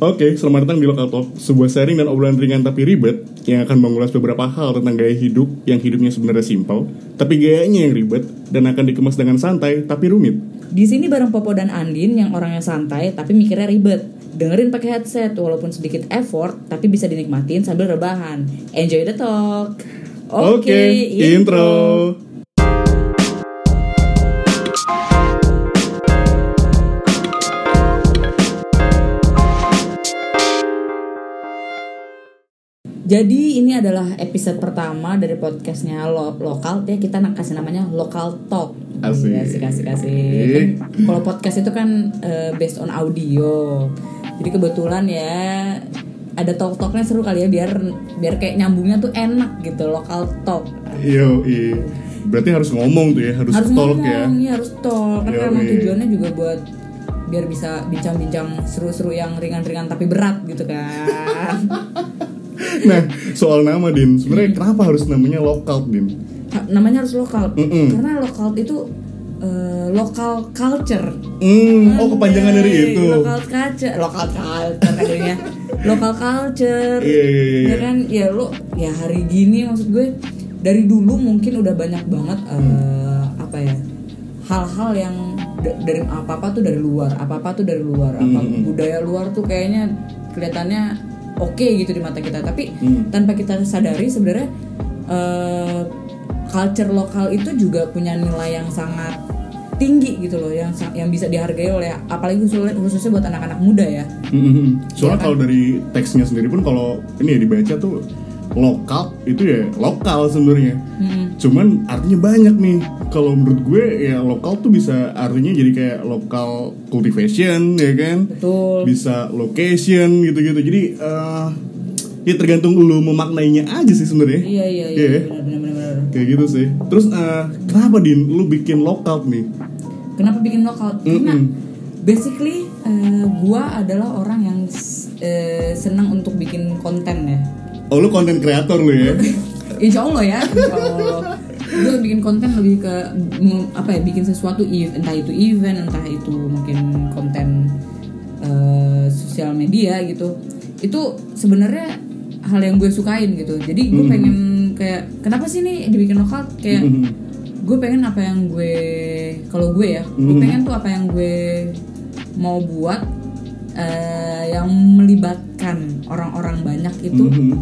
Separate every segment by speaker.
Speaker 1: Oke, selamat datang di Local Talk, sebuah sharing dan obrolan ringan tapi ribet yang akan mengulas beberapa hal tentang gaya hidup yang hidupnya sebenarnya simpel, tapi gayanya yang ribet dan akan dikemas dengan santai tapi rumit.
Speaker 2: Di sini bareng Popo dan Andin yang orangnya santai tapi mikirnya ribet. Dengerin pakai headset walaupun sedikit effort tapi bisa dinikmatin sambil rebahan. Enjoy the talk. gitu.
Speaker 1: intro.
Speaker 2: Jadi ini adalah episode pertama dari podcastnya lo lokal ya kita nak kasih namanya lokal talk.
Speaker 1: Asik.
Speaker 2: Iya, Asik asik asik. Kan Kalau podcast itu kan eh, based on audio. Jadi kebetulan ya ada talk talknya seru kali ya biar biar kayak nyambungnya tuh enak gitu lokal talk.
Speaker 1: Yo, berarti harus ngomong tuh ya, harus,
Speaker 2: Harus
Speaker 1: talk
Speaker 2: ngomong,
Speaker 1: ya.
Speaker 2: iya, harus talk. Karena
Speaker 1: Yoi.
Speaker 2: emang tujuannya juga buat biar bisa bincang-bincang seru-seru yang ringan-ringan tapi berat gitu kan.
Speaker 1: Nah, soal nama Din, sebenarnya kenapa harus namanya lokal Din?
Speaker 2: Ha- namanya harus lokal
Speaker 1: Mm-mm.
Speaker 2: karena lokal itu eh, lokal culture
Speaker 1: Hmm, oh kepanjangan dari
Speaker 2: Anjay,
Speaker 1: itu.
Speaker 2: lokal culture lokal culture adanya lokal culture
Speaker 1: Iya, iya, iya,
Speaker 2: ya kan ya lo ya hari gini maksud gue dari dulu mungkin udah banyak banget
Speaker 1: Hmm.
Speaker 2: eh, apa ya hal-hal yang da- dari apa apa tuh dari luar apa apa tuh dari luar
Speaker 1: Hmm,
Speaker 2: apa budaya luar tuh kayaknya kelihatannya oke gitu di mata kita tapi tanpa kita sadari sebenarnya eh, culture lokal itu juga punya nilai yang sangat tinggi gitu loh yang sa- yang bisa dihargai oleh apalagi khususnya, khususnya buat anak-anak muda ya
Speaker 1: Mm-mm.
Speaker 2: Iya
Speaker 1: Soalnya
Speaker 2: kan?
Speaker 1: kalau dari teksnya sendiri pun kalau ini ya dibaca tuh lokal itu ya lokal sebenarnya.
Speaker 2: Mm-hmm.
Speaker 1: Cuman artinya banyak nih. Kalau menurut gue ya lokal tuh bisa artinya jadi kayak lokal cultivation ya kan.
Speaker 2: betul
Speaker 1: Bisa location gitu-gitu. Jadi eh, ya tergantung lu memaknainya aja sih sebenarnya.
Speaker 2: iya iya iya
Speaker 1: Iya.
Speaker 2: benar-benar
Speaker 1: Kayak gitu sih. Terus eh, kenapa Din lu bikin lokal nih?
Speaker 2: Kenapa bikin lokal? Karena basically eh, gua adalah orang yang s- eh, senang untuk bikin konten ya.
Speaker 1: Oh lu konten kreator lu ya.
Speaker 2: Insya Allah ya, Insya Allah. Gue bikin konten lebih ke mm, apa ya? Bikin sesuatu, ev- entah itu event, entah itu mungkin konten eh, sosial media gitu. Itu sebenarnya hal yang gue sukain gitu. Jadi gue pengen kayak kenapa sih nih dibikin lokal kayak
Speaker 1: Hmm. Mm-hmm.
Speaker 2: gue pengen apa yang gue kalau gue ya gue pengen tuh apa yang gue mau buat eh, yang melibatkan orang-orang banyak itu
Speaker 1: Mhm.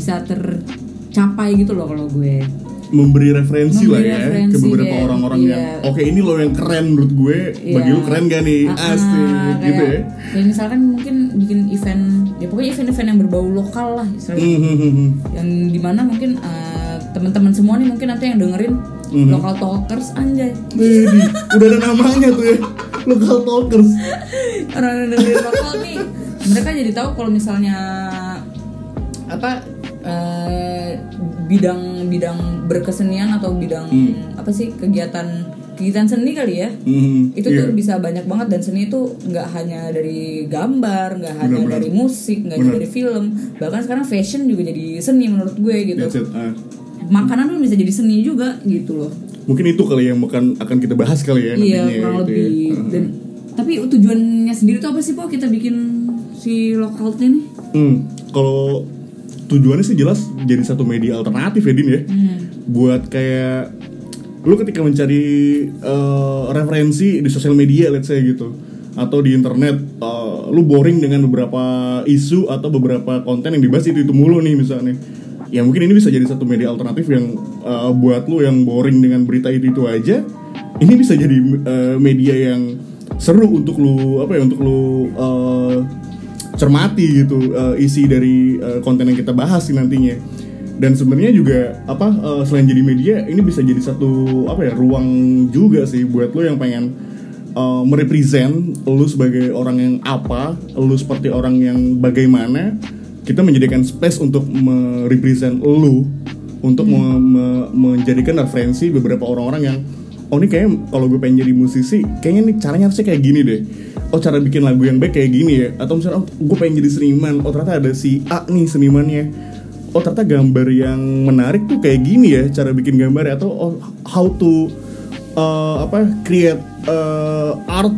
Speaker 2: bisa tercapai gitu loh kalau gue
Speaker 1: memberi referensi lah
Speaker 2: Memberi
Speaker 1: ya
Speaker 2: referensi
Speaker 1: ke beberapa
Speaker 2: deh,
Speaker 1: orang-orang
Speaker 2: iya.
Speaker 1: yang oke ini lo yang keren menurut gue bagi
Speaker 2: Iya.
Speaker 1: lo keren gak nih
Speaker 2: Ah,
Speaker 1: asli
Speaker 2: ah, kayak,
Speaker 1: gitu ya
Speaker 2: kayak misalkan mungkin bikin event ya pokoknya event-event yang berbau lokal lah misalnya.
Speaker 1: Hmm, hmm, hmm, hmm.
Speaker 2: yang dimana mungkin eh, teman-teman semua nih mungkin nanti yang dengerin
Speaker 1: Hmm.
Speaker 2: lokal talkers anjay
Speaker 1: Wih, di- udah ada namanya tuh ya local talkers
Speaker 2: orang yang dengerin lokal nih mereka jadi tahu kalau misalnya apa eh, bidang-bidang berkesenian atau bidang apa sih kegiatan kegiatan seni kali ya
Speaker 1: Hmm,
Speaker 2: itu
Speaker 1: iya.
Speaker 2: tuh bisa banyak banget dan seni itu nggak hanya dari gambar nggak hanya
Speaker 1: Benar-benar.
Speaker 2: dari musik nggak hanya dari film bahkan sekarang fashion juga jadi seni menurut gue gitu
Speaker 1: That's it, ah.
Speaker 2: makanan pun bisa jadi seni juga gitu loh
Speaker 1: mungkin itu kali yang akan akan kita bahas kali ya
Speaker 2: iya
Speaker 1: nantinya
Speaker 2: kurang
Speaker 1: gitu
Speaker 2: lebih
Speaker 1: ya.
Speaker 2: dan tapi tujuannya sendiri tuh apa sih po kita bikin si lokalnya nih
Speaker 1: Hmm, kalau tujuannya sih jelas jadi satu media alternatif ya Din ya buat kayak lu ketika mencari eh, referensi di sosial media let's say gitu atau di internet eh, lu boring dengan beberapa isu atau beberapa konten yang dibahas itu itu mulu nih misalnya ya mungkin ini bisa jadi satu media alternatif yang eh, buat lu yang boring dengan berita itu itu aja ini bisa jadi eh, media yang seru untuk lu apa ya untuk lu eh, cermati gitu eh, isi dari eh, konten yang kita bahas sih nantinya dan sebenarnya juga apa eh, selain jadi media ini bisa jadi satu apa ya ruang juga sih buat lo yang pengen eh, merepresent lo sebagai orang yang apa lo seperti orang yang bagaimana kita menjadikan space untuk merepresent lo untuk me- me- menjadikan referensi beberapa orang-orang yang oh ini kayaknya kalau gue pengen jadi musisi kayaknya nih caranya harusnya kayak gini deh oh cara bikin lagu yang baik kayak gini ya atau misalnya oh gue pengen jadi seniman oh ternyata ada si A nih senimannya oh ternyata gambar yang menarik tuh kayak gini ya cara bikin gambar eh, atau oh, how to uh, apa create uh, eh, art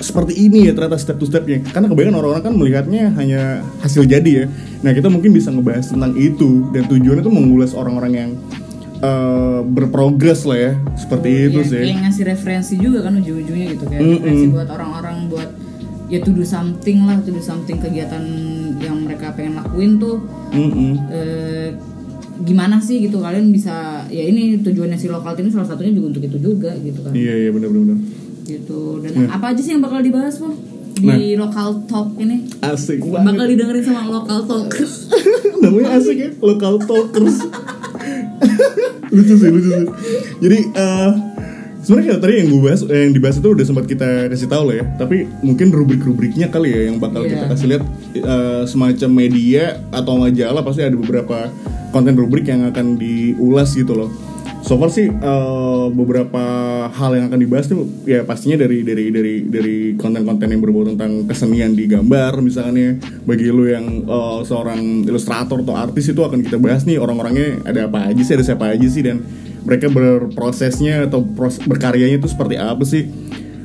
Speaker 1: seperti ini ya ternyata step to stepnya karena kebanyakan orang-orang kan melihatnya hanya hasil jadi ya nah kita mungkin bisa ngebahas tentang itu dan tujuannya tuh mengulas orang-orang yang eh, berprogres lah ya seperti itu
Speaker 2: Iya,
Speaker 1: sih
Speaker 2: kayak ngasih referensi juga kan ujung-ujungnya gitu kayak
Speaker 1: Mm-mm.
Speaker 2: referensi buat orang-orang buat ya to do something lah to do something kegiatan yang mereka pengen lakuin tuh
Speaker 1: Mm-mm.
Speaker 2: eh, gimana sih gitu kalian bisa ya ini tujuannya si lokal ini salah satunya juga untuk itu juga gitu kan
Speaker 1: iya iya benar-benar
Speaker 2: gitu dan apa aja sih yang bakal dibahas Pak? di
Speaker 1: Nah.
Speaker 2: lokal talk ini
Speaker 1: asik banget
Speaker 2: bakal didengerin sama lokal talk
Speaker 1: Eh. namanya asik ya local talkers lucu sih lucu sih jadi eh sebenarnya kayak tadi yang gue bahas eh, yang dibahas itu udah sempat kita kasih tahu lah ya tapi mungkin rubrik-rubriknya kali ya yang bakal kita
Speaker 2: Iya.
Speaker 1: kasih lihat eh, semacam media atau majalah pasti ada beberapa konten rubrik yang akan diulas gitu loh so far sih eh, beberapa hal yang akan dibahas tuh ya pastinya dari dari dari dari konten-konten yang berbau tentang kesenian di gambar misalnya bagi lo yang eh, seorang ilustrator atau artis itu akan kita bahas nih orang-orangnya ada apa aja sih ada siapa aja sih dan mereka berprosesnya atau pros- berkaryanya itu seperti apa sih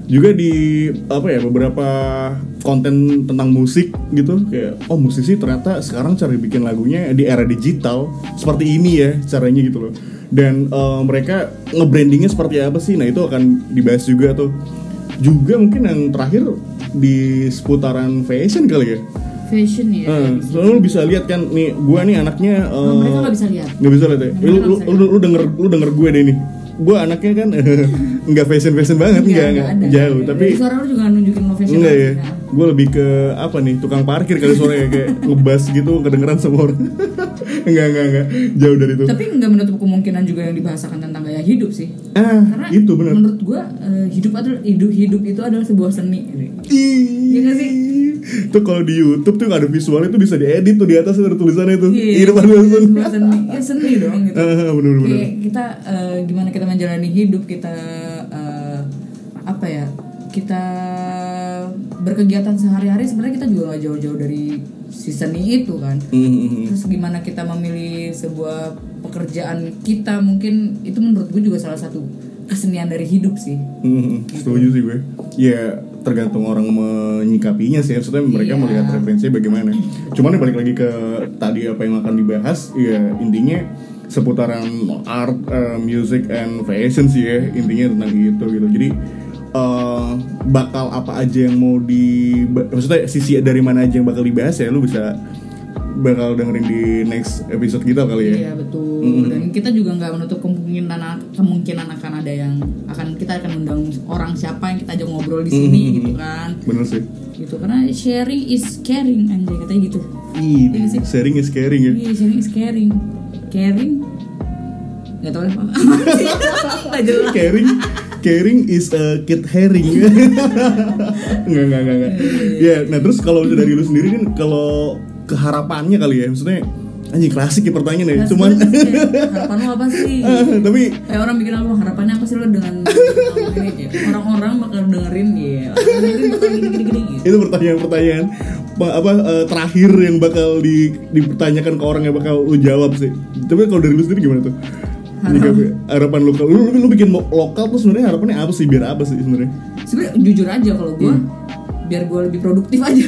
Speaker 1: juga di apa ya beberapa konten tentang musik gitu kayak oh musisi ternyata sekarang cara bikin lagunya di era digital seperti ini ya caranya gitu loh dan eh, mereka nge-brandingnya seperti apa sih nah itu akan dibahas juga tuh juga mungkin yang terakhir di seputaran fashion kali ya
Speaker 2: fashion ya
Speaker 1: Eh, soalnya lu bisa lihat kan nih gua nih anaknya eh,
Speaker 2: Oh, mereka nggak bisa lihat
Speaker 1: nggak bisa lihat ya
Speaker 2: Nggak
Speaker 1: Eh, lu,
Speaker 2: bisa
Speaker 1: lu,
Speaker 2: lihat.
Speaker 1: lu, lu denger lu denger gue deh nih gue anaknya kan nggak fashion fashion banget nggak nggak
Speaker 2: ada.
Speaker 1: jauh tapi
Speaker 2: Dari suara lu juga nggak nunjukin mau fashion
Speaker 1: enggak ya
Speaker 2: banget, nah.
Speaker 1: gue lebih ke apa nih tukang parkir kali suaranya kayak ngebas gitu kedengeran semua orang enggak enggak enggak jauh dari itu
Speaker 2: tapi nggak menutup kemungkinan juga yang dibahasakan tentang gaya hidup sih
Speaker 1: ah
Speaker 2: karena
Speaker 1: itu benar
Speaker 2: menurut gua eh, hidup adalah hidup hidup itu adalah sebuah seni
Speaker 1: Iya
Speaker 2: nggak sih?
Speaker 1: Itu kalau di YouTube tuh ada visual itu bisa diedit tuh di atas ada tulisannya tuh.
Speaker 2: Iya,
Speaker 1: Iya, depan langsung.
Speaker 2: sebuah seni ya seni dong gitu
Speaker 1: Ah, bener bener.
Speaker 2: Kayak kita eh, gimana kita menjalani hidup kita eh, apa ya kita berkegiatan sehari-hari sebenarnya kita juga nggak jauh-jauh dari si seni itu kan
Speaker 1: Mhm.
Speaker 2: terus gimana kita memilih sebuah pekerjaan kita mungkin itu menurut gue juga salah satu kesenian dari hidup sih
Speaker 1: Hmm, setuju sih gue. Ya tergantung orang menyikapinya sih. Maksudnya mereka
Speaker 2: Iya.
Speaker 1: melihat referensinya bagaimana. Cuman ya balik lagi ke tadi apa yang akan dibahas, ya intinya seputaran art, eh, music and fashion sih ya intinya tentang itu gitu. Jadi eh, bakal apa aja yang mau di, maksudnya sisi dari mana aja yang bakal dibahas ya lu bisa bakal dengerin di next episode kita kali ya.
Speaker 2: iya betul dan kita juga nggak menutup kemungkinan kemungkinan akan ada yang akan kita akan undang orang siapa yang kita ajak ngobrol di sini gitu kan
Speaker 1: Bener sih.
Speaker 2: gitu karena sharing is caring anjay katanya gitu
Speaker 1: Ini sharing is caring ya.
Speaker 2: iya sharing is caring caring nggak tahu deh, apa nggak jelas
Speaker 1: caring caring is a kid herring nggak nggak nggak nggak ya nah terus kalau dari lu sendiri kan kalau keharapannya kali ya maksudnya anjing klasik ya pertanyaan ya
Speaker 2: Nah,
Speaker 1: cuman
Speaker 2: sebenarnya kayak, harapan lo apa sih
Speaker 1: eh, tapi
Speaker 2: kayak orang bikin album harapannya apa sih lo dengan dengan ini? orang-orang bakal dengerin ya orang dengerin bakal gini-gini gitu
Speaker 1: itu pertanyaan-pertanyaan pa- apa eh, terakhir yang bakal di- dipertanyakan ke orang yang bakal lu jawab sih tapi kalau dari lu sendiri gimana tuh Menyikapi harapan lokal lu, lu, lu bikin lo- lokal tuh sebenarnya harapannya apa sih biar apa sih sebenarnya
Speaker 2: sebenarnya jujur aja kalau gue
Speaker 1: Hmm.
Speaker 2: biar gue lebih produktif aja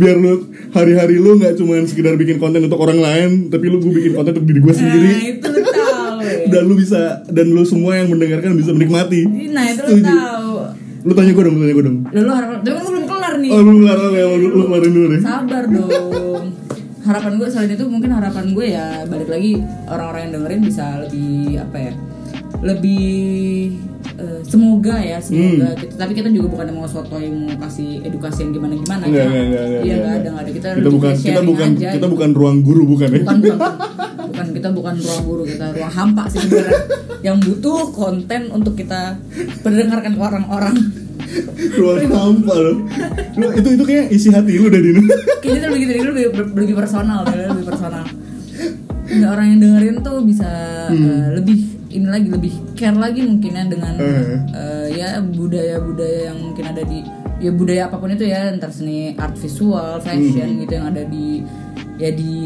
Speaker 1: biar lu hari-hari lu nggak cuman sekedar bikin konten untuk orang lain tapi lu gue bikin konten untuk diri gue sendiri
Speaker 2: nah itu lo tau ya.
Speaker 1: dan lu bisa dan lu semua yang mendengarkan bisa menikmati
Speaker 2: nah itu lo
Speaker 1: Setuju.
Speaker 2: tau
Speaker 1: lu tanya gue dong lu tanya gue dong
Speaker 2: Lah, lo harapan tapi lo belum kelar nih
Speaker 1: oh lu kelar oke, lu, lu, lu kelarin dulu deh
Speaker 2: sabar dong harapan gue selain itu mungkin harapan gue ya balik lagi orang-orang yang dengerin bisa lebih apa ya lebih eh, semoga ya semoga kita, tapi kita juga bukan mau soto yang mau kasih edukasi yang gimana gimana
Speaker 1: Enggak, enggak, enggak, enggak,
Speaker 2: iya
Speaker 1: enggak,
Speaker 2: nggak ada
Speaker 1: enggak.
Speaker 2: nggak ada kita,
Speaker 1: kita
Speaker 2: lebih
Speaker 1: bukan
Speaker 2: kayak
Speaker 1: kita
Speaker 2: sharing
Speaker 1: bukan
Speaker 2: aja,
Speaker 1: kita
Speaker 2: gitu.
Speaker 1: bukan ruang guru bukan ya
Speaker 2: bukan bukan bukan kita bukan ruang guru kita ruang hampa sih sebenarnya yang butuh konten untuk kita perdengarkan ke orang-orang
Speaker 1: ruang hampa lu lu itu itu kayak isi hati lu dari ini
Speaker 2: kayaknya itu lebih gitu itu lebih, lebih personal gitu, lebih personal Nggak, orang yang dengerin tuh bisa eh, lebih ini lagi lebih care lagi mungkinnya dengan
Speaker 1: Eh.
Speaker 2: eh, ya budaya-budaya yang mungkin ada di ya budaya apapun itu ya entar seni art visual fashion gitu yang ada di ya di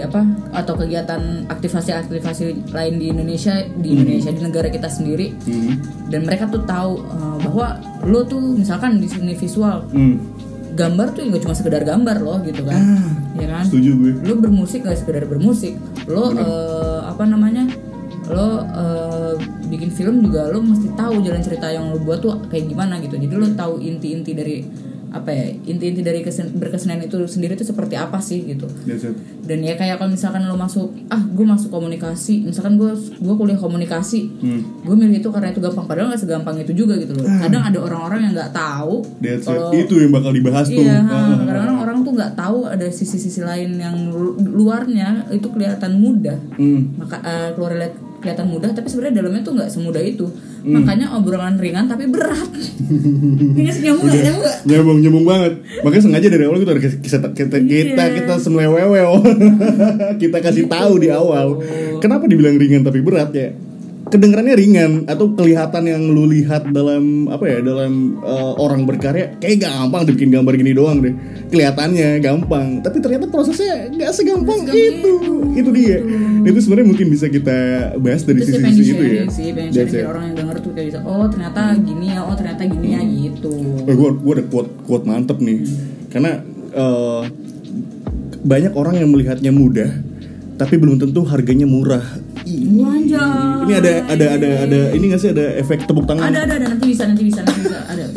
Speaker 2: apa atau kegiatan aktivasi-aktivasi lain di Indonesia di Indonesia di negara kita sendiri
Speaker 1: Hmm.
Speaker 2: dan mereka tuh tahu eh, bahwa lo tuh misalkan di seni visual
Speaker 1: Hmm.
Speaker 2: gambar tuh nggak cuma sekedar gambar loh gitu kan
Speaker 1: Ah,
Speaker 2: ya kan
Speaker 1: Setuju gue.
Speaker 2: lo bermusik gak sekedar bermusik lo eh, apa namanya lo eh, bikin film juga lo mesti tahu jalan cerita yang lo buat tuh kayak gimana gitu jadi lo tahu inti-inti dari apa ya inti-inti dari kesen- berkesenian itu sendiri itu seperti apa sih gitu
Speaker 1: That's it.
Speaker 2: dan ya kayak kalau misalkan lo masuk ah gue masuk komunikasi misalkan gue gue kuliah komunikasi
Speaker 1: Hmm.
Speaker 2: gue milih itu karena itu gampang padahal nggak segampang itu juga gitu loh kadang ada orang-orang yang nggak tahu
Speaker 1: That's it.
Speaker 2: kalau
Speaker 1: Itu yang bakal dibahas tuh.
Speaker 2: Iya,
Speaker 1: Ah, ah, ah.
Speaker 2: kadang-kadang orang tuh nggak tahu ada sisi-sisi lain yang lu- luarnya itu kelihatan mudah,
Speaker 1: Hmm.
Speaker 2: maka eh, keluar lihat- kelihatan mudah, tapi sebenarnya dalamnya tuh nggak semudah itu.
Speaker 1: Hmm.
Speaker 2: Makanya obrolan ringan tapi berat. Ini nyambung nggak? Nyambung nggak?
Speaker 1: nyambung nyambung banget makanya sengaja dari awal kita udah kasih- kita kita kita,
Speaker 2: Iya.
Speaker 1: kita semlewewel kita kasih tahu di awal
Speaker 2: Oh.
Speaker 1: kenapa dibilang ringan tapi berat ya kedengarannya ringan atau kelihatan yang lu lihat dalam apa ya dalam eh, orang berkarya kayak gampang deh bikin gambar gini doang deh kelihatannya gampang tapi ternyata prosesnya nggak segampang
Speaker 2: Nggak segampang
Speaker 1: itu itu dia itu sebenarnya mungkin bisa kita bahas dari
Speaker 2: Terus ya pengen
Speaker 1: sisi-sisi itu ya
Speaker 2: sharing sih, pengen sharing
Speaker 1: That's it.
Speaker 2: biar orang yang denger tuh kayak bisa, oh ternyata gini ya, oh ternyata gini ya gitu.
Speaker 1: Eh, gue gue ada quote quote mantep nih, karena eh, banyak orang yang melihatnya mudah, tapi belum tentu harganya murah. Ih,
Speaker 2: Wanjai.
Speaker 1: Ini ada ada ada
Speaker 2: iya,
Speaker 1: ada ini nggak sih ada efek tepuk tangan?
Speaker 2: Ada ada ada nanti bisa nanti bisa nanti bisa ada ada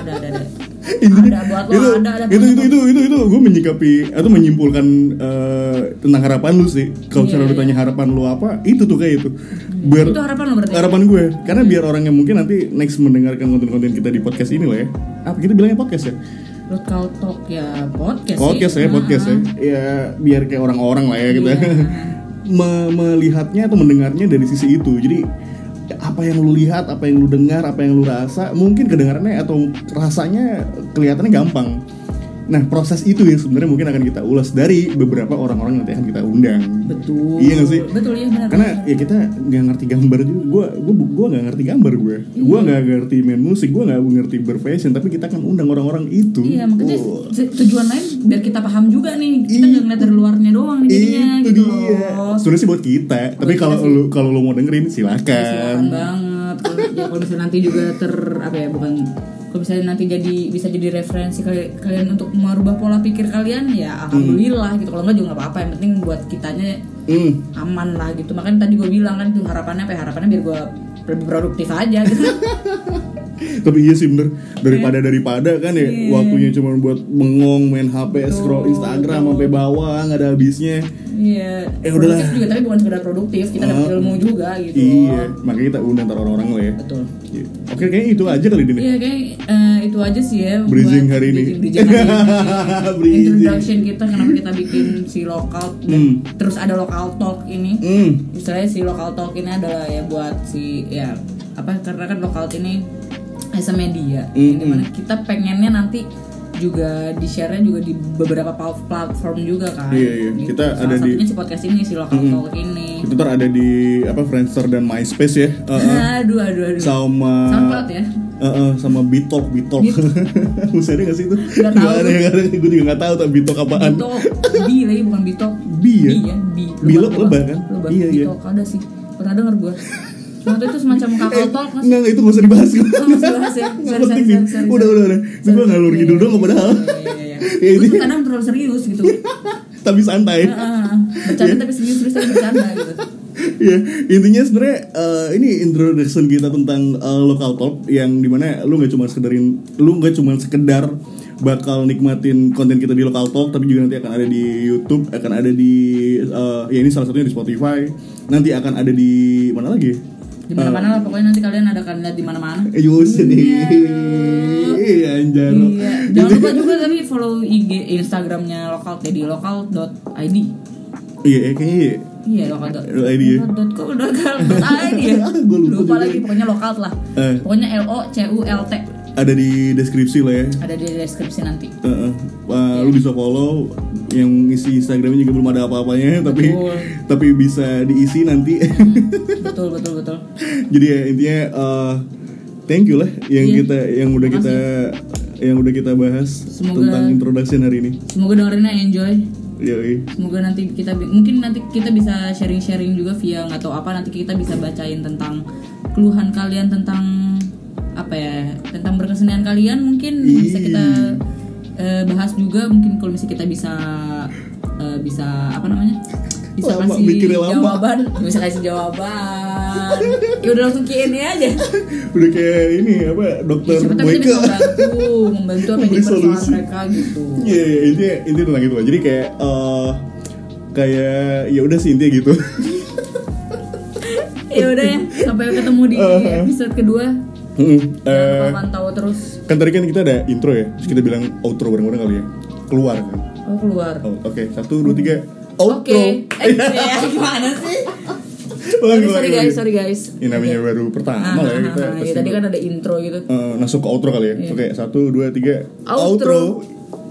Speaker 2: ada ada.
Speaker 1: Intinya,
Speaker 2: Ada, buat lo,
Speaker 1: itu,
Speaker 2: ada, ada,
Speaker 1: itu,
Speaker 2: buat
Speaker 1: itu itu itu gue menyikapi atau menyimpulkan eh, tentang harapan lu sih. Kalau
Speaker 2: Iya,
Speaker 1: misalnya
Speaker 2: iya.
Speaker 1: lu tanya harapan lu apa, itu tuh kayak itu. Biar
Speaker 2: Itu harapan Iya. lo berarti.
Speaker 1: harapan gue, karena biar orang yang mungkin nanti next mendengarkan konten-konten kita di podcast ini lah ya. Apa kita bilangnya podcast ya?
Speaker 2: Lo kau talk ya podcast. sih.
Speaker 1: podcast ya podcast ya ya biar kayak orang-orang lah ya gitu
Speaker 2: Iya.
Speaker 1: Me- melihatnya atau mendengarnya dari sisi itu jadi apa yang lu lihat apa yang lu dengar apa yang lu rasa mungkin kedengarannya atau rasanya kelihatannya gampang nah proses itu yang sebenarnya mungkin akan kita ulas dari beberapa orang-orang yang nanti akan kita undang
Speaker 2: Betul.
Speaker 1: Iya nggak sih?
Speaker 2: Betul ya benar.
Speaker 1: karena ya kita nggak ngerti gambar juga gue gue gue nggak ngerti gambar gue gue
Speaker 2: Iya.
Speaker 1: nggak ngerti main musik gue nggak ngerti berfashion tapi kita akan undang orang-orang itu
Speaker 2: Iya makanya
Speaker 1: Oh.
Speaker 2: se- tujuan lain biar kita paham juga nih
Speaker 1: Ih.
Speaker 2: kita nggak ngeliat dari luarnya doang nih jadinya
Speaker 1: itu
Speaker 2: gitu
Speaker 1: dia
Speaker 2: loh.
Speaker 1: sebenarnya sih buat kita tapi
Speaker 2: kita
Speaker 1: kalau
Speaker 2: sih. Iya,
Speaker 1: lu kalau lu mau dengerin
Speaker 2: Silakan
Speaker 1: silakan
Speaker 2: banget. Kalau ya kalau misalnya nanti juga ter apa ya bukan kalau misalnya nanti jadi bisa jadi referensi kali- kalian untuk merubah pola pikir kalian ya alhamdulillah gitu kalau nggak juga nggak apa-apa yang penting buat kitanya
Speaker 1: hmm.
Speaker 2: aman lah gitu makanya tadi gue bilang kan tuh harapannya apa ya? harapannya biar gue lebih produktif aja gitu
Speaker 1: tapi iya sih bener daripada
Speaker 2: Iya.
Speaker 1: daripada kan ya waktunya cuma buat bengong main HP scroll Instagram sampai bawah nggak ada habisnya
Speaker 2: iya
Speaker 1: Eh, udahlah.
Speaker 2: produktif juga tapi bukan sekedar produktif kita dapat ilmu juga gitu
Speaker 1: iya makanya kita undang ntar orang-orang lah ya
Speaker 2: betul
Speaker 1: Iya. oke kayaknya itu aja kali ini
Speaker 2: Iya kayak eh, itu aja sih ya buat
Speaker 1: Bridging hari ini.
Speaker 2: bridging- bridging hari ini.
Speaker 1: Bridging.
Speaker 2: Introduction kita kenapa kita bikin si lokal
Speaker 1: Hmm.
Speaker 2: terus ada lokal talk ini.
Speaker 1: hmm.
Speaker 2: Misalnya si lokal talk ini adalah ya buat si ya apa karena kan lokal ini as a media
Speaker 1: Hmm,
Speaker 2: yang dimana kita pengennya nanti juga di share juga di beberapa pal- platform juga kan.
Speaker 1: Iya, iya. Kita
Speaker 2: Salah
Speaker 1: ada di- Hmm.
Speaker 2: satunya si podcast ini si lokal talk ini.
Speaker 1: itu ntar ada di apa Friendster dan MySpace ya Eh, eh.
Speaker 2: aduh aduh aduh.
Speaker 1: sama
Speaker 2: SoundCloud ya.
Speaker 1: Eh, eh, sama Bitok Bitok Masih ada gak sih itu?
Speaker 2: Nggak tahu.
Speaker 1: Nggak ada, nggak ada. Gue juga gak tahu tuh Bitok apaan
Speaker 2: Bitok, bi lagi bukan bitok.
Speaker 1: Bi ya?
Speaker 2: Bi ya, bi.
Speaker 1: Bi lo- lebah kan?
Speaker 2: Lebah.
Speaker 1: Iya, iya.
Speaker 2: Bitok Gitu, ada sih. Pernah denger gua. Waktu itu semacam kakao talk mas.
Speaker 1: Enggak, itu gak usah dibahas gue
Speaker 2: Oh, mas bahas ya.
Speaker 1: Nggak penting
Speaker 2: Sorry, sorry,
Speaker 1: nih.
Speaker 2: sorry, sorry,
Speaker 1: Udah,
Speaker 2: sorry.
Speaker 1: udah, udah Ini gue ngalur ngidul doang padahal
Speaker 2: Iya, iya,
Speaker 1: Ya,
Speaker 2: iya. Gua
Speaker 1: ini-
Speaker 2: tuh kadang terlalu serius gitu.
Speaker 1: Tapi santai
Speaker 2: Ah, ah. Bercanda tapi serius serius tapi bercanda gitu.
Speaker 1: ya intinya sebenarnya eh, ini introduction kita tentang eh, local talk yang dimana lu nggak cuma sekedarin lu nggak cuma sekedar bakal nikmatin konten kita di local talk tapi juga nanti akan ada di YouTube akan ada di eh, ya ini salah satunya di Spotify nanti akan ada di mana lagi
Speaker 2: Di
Speaker 1: Ah.
Speaker 2: mana-mana lah pokoknya nanti kalian ada kalian lihat di mana-mana.
Speaker 1: Yusin iya anjaro
Speaker 2: Iya. Jangan lupa juga tapi follow IG Instagramnya lokal jadi lokal.id.
Speaker 1: iya eh, kayaknya iya.
Speaker 2: Iya lokal.
Speaker 1: Lu ID ya? Ah,
Speaker 2: dot co dot kal- dot id ya
Speaker 1: Gua lupa juga.
Speaker 2: lagi pokoknya lokal lah
Speaker 1: Eh.
Speaker 2: pokoknya l o c u l t
Speaker 1: ada di deskripsi lah ya
Speaker 2: ada di deskripsi nanti
Speaker 1: Heeh. Wah, lu bisa follow yang isi Instagramnya juga belum ada apa-apanya tapi
Speaker 2: Betul.
Speaker 1: tapi bisa diisi nanti
Speaker 2: betul betul betul
Speaker 1: jadi ya intinya eh, thank you lah yang
Speaker 2: Iya.
Speaker 1: kita yang udah kita yang udah kita bahas
Speaker 2: Semoga-
Speaker 1: tentang introduction hari ini
Speaker 2: semoga dengerinnya ya, enjoy
Speaker 1: Yoi.
Speaker 2: Semoga nanti kita bi- mungkin nanti kita bisa sharing-sharing juga via nggak tahu apa nanti kita bisa bacain tentang keluhan kalian tentang apa ya tentang berkesenian kalian mungkin
Speaker 1: Ih.
Speaker 2: bisa kita eh, bahas juga mungkin kalau misalnya kita bisa eh, bisa apa namanya bisa
Speaker 1: Lama,
Speaker 2: kasih
Speaker 1: mikirnya lama.
Speaker 2: jawaban bisa kasih jawaban ya udah langsung Q&A aja
Speaker 1: udah kayak ini apa dokter
Speaker 2: Iya, siapa tahu kita
Speaker 1: Boyke
Speaker 2: bisa membantu membantu apa yang
Speaker 1: Beri
Speaker 2: jadi persoalan
Speaker 1: solusi.
Speaker 2: mereka gitu
Speaker 1: Iya, iya, intinya intinya tentang itu lah. Jadi kayak eh, kayak ya udah sih intinya gitu.
Speaker 2: ya udah ya sampai ketemu di
Speaker 1: Eh.
Speaker 2: episode kedua Iya,
Speaker 1: Hmm,
Speaker 2: jangan
Speaker 1: eh,
Speaker 2: lupa pantau terus
Speaker 1: kan tadi kan kita ada intro ya, terus kita bilang outro bareng-bareng kali ya. Keluar kan.
Speaker 2: oh keluar
Speaker 1: Oh, Oke, satu, dua, tiga. Outro.
Speaker 2: oke eh ya, gimana sih
Speaker 1: Ulangi, ulangi,
Speaker 2: sorry, sorry guys
Speaker 1: ulangi.
Speaker 2: sorry guys
Speaker 1: Ini namanya baru pertama lah ya
Speaker 2: Ah, ah,
Speaker 1: kita.
Speaker 2: ah, ya,
Speaker 1: pasti
Speaker 2: tadi
Speaker 1: baru-
Speaker 2: kan ada intro gitu
Speaker 1: Eh, langsung ke outro kali ya. Oke, satu, dua, tiga.
Speaker 2: Outro.
Speaker 1: outro.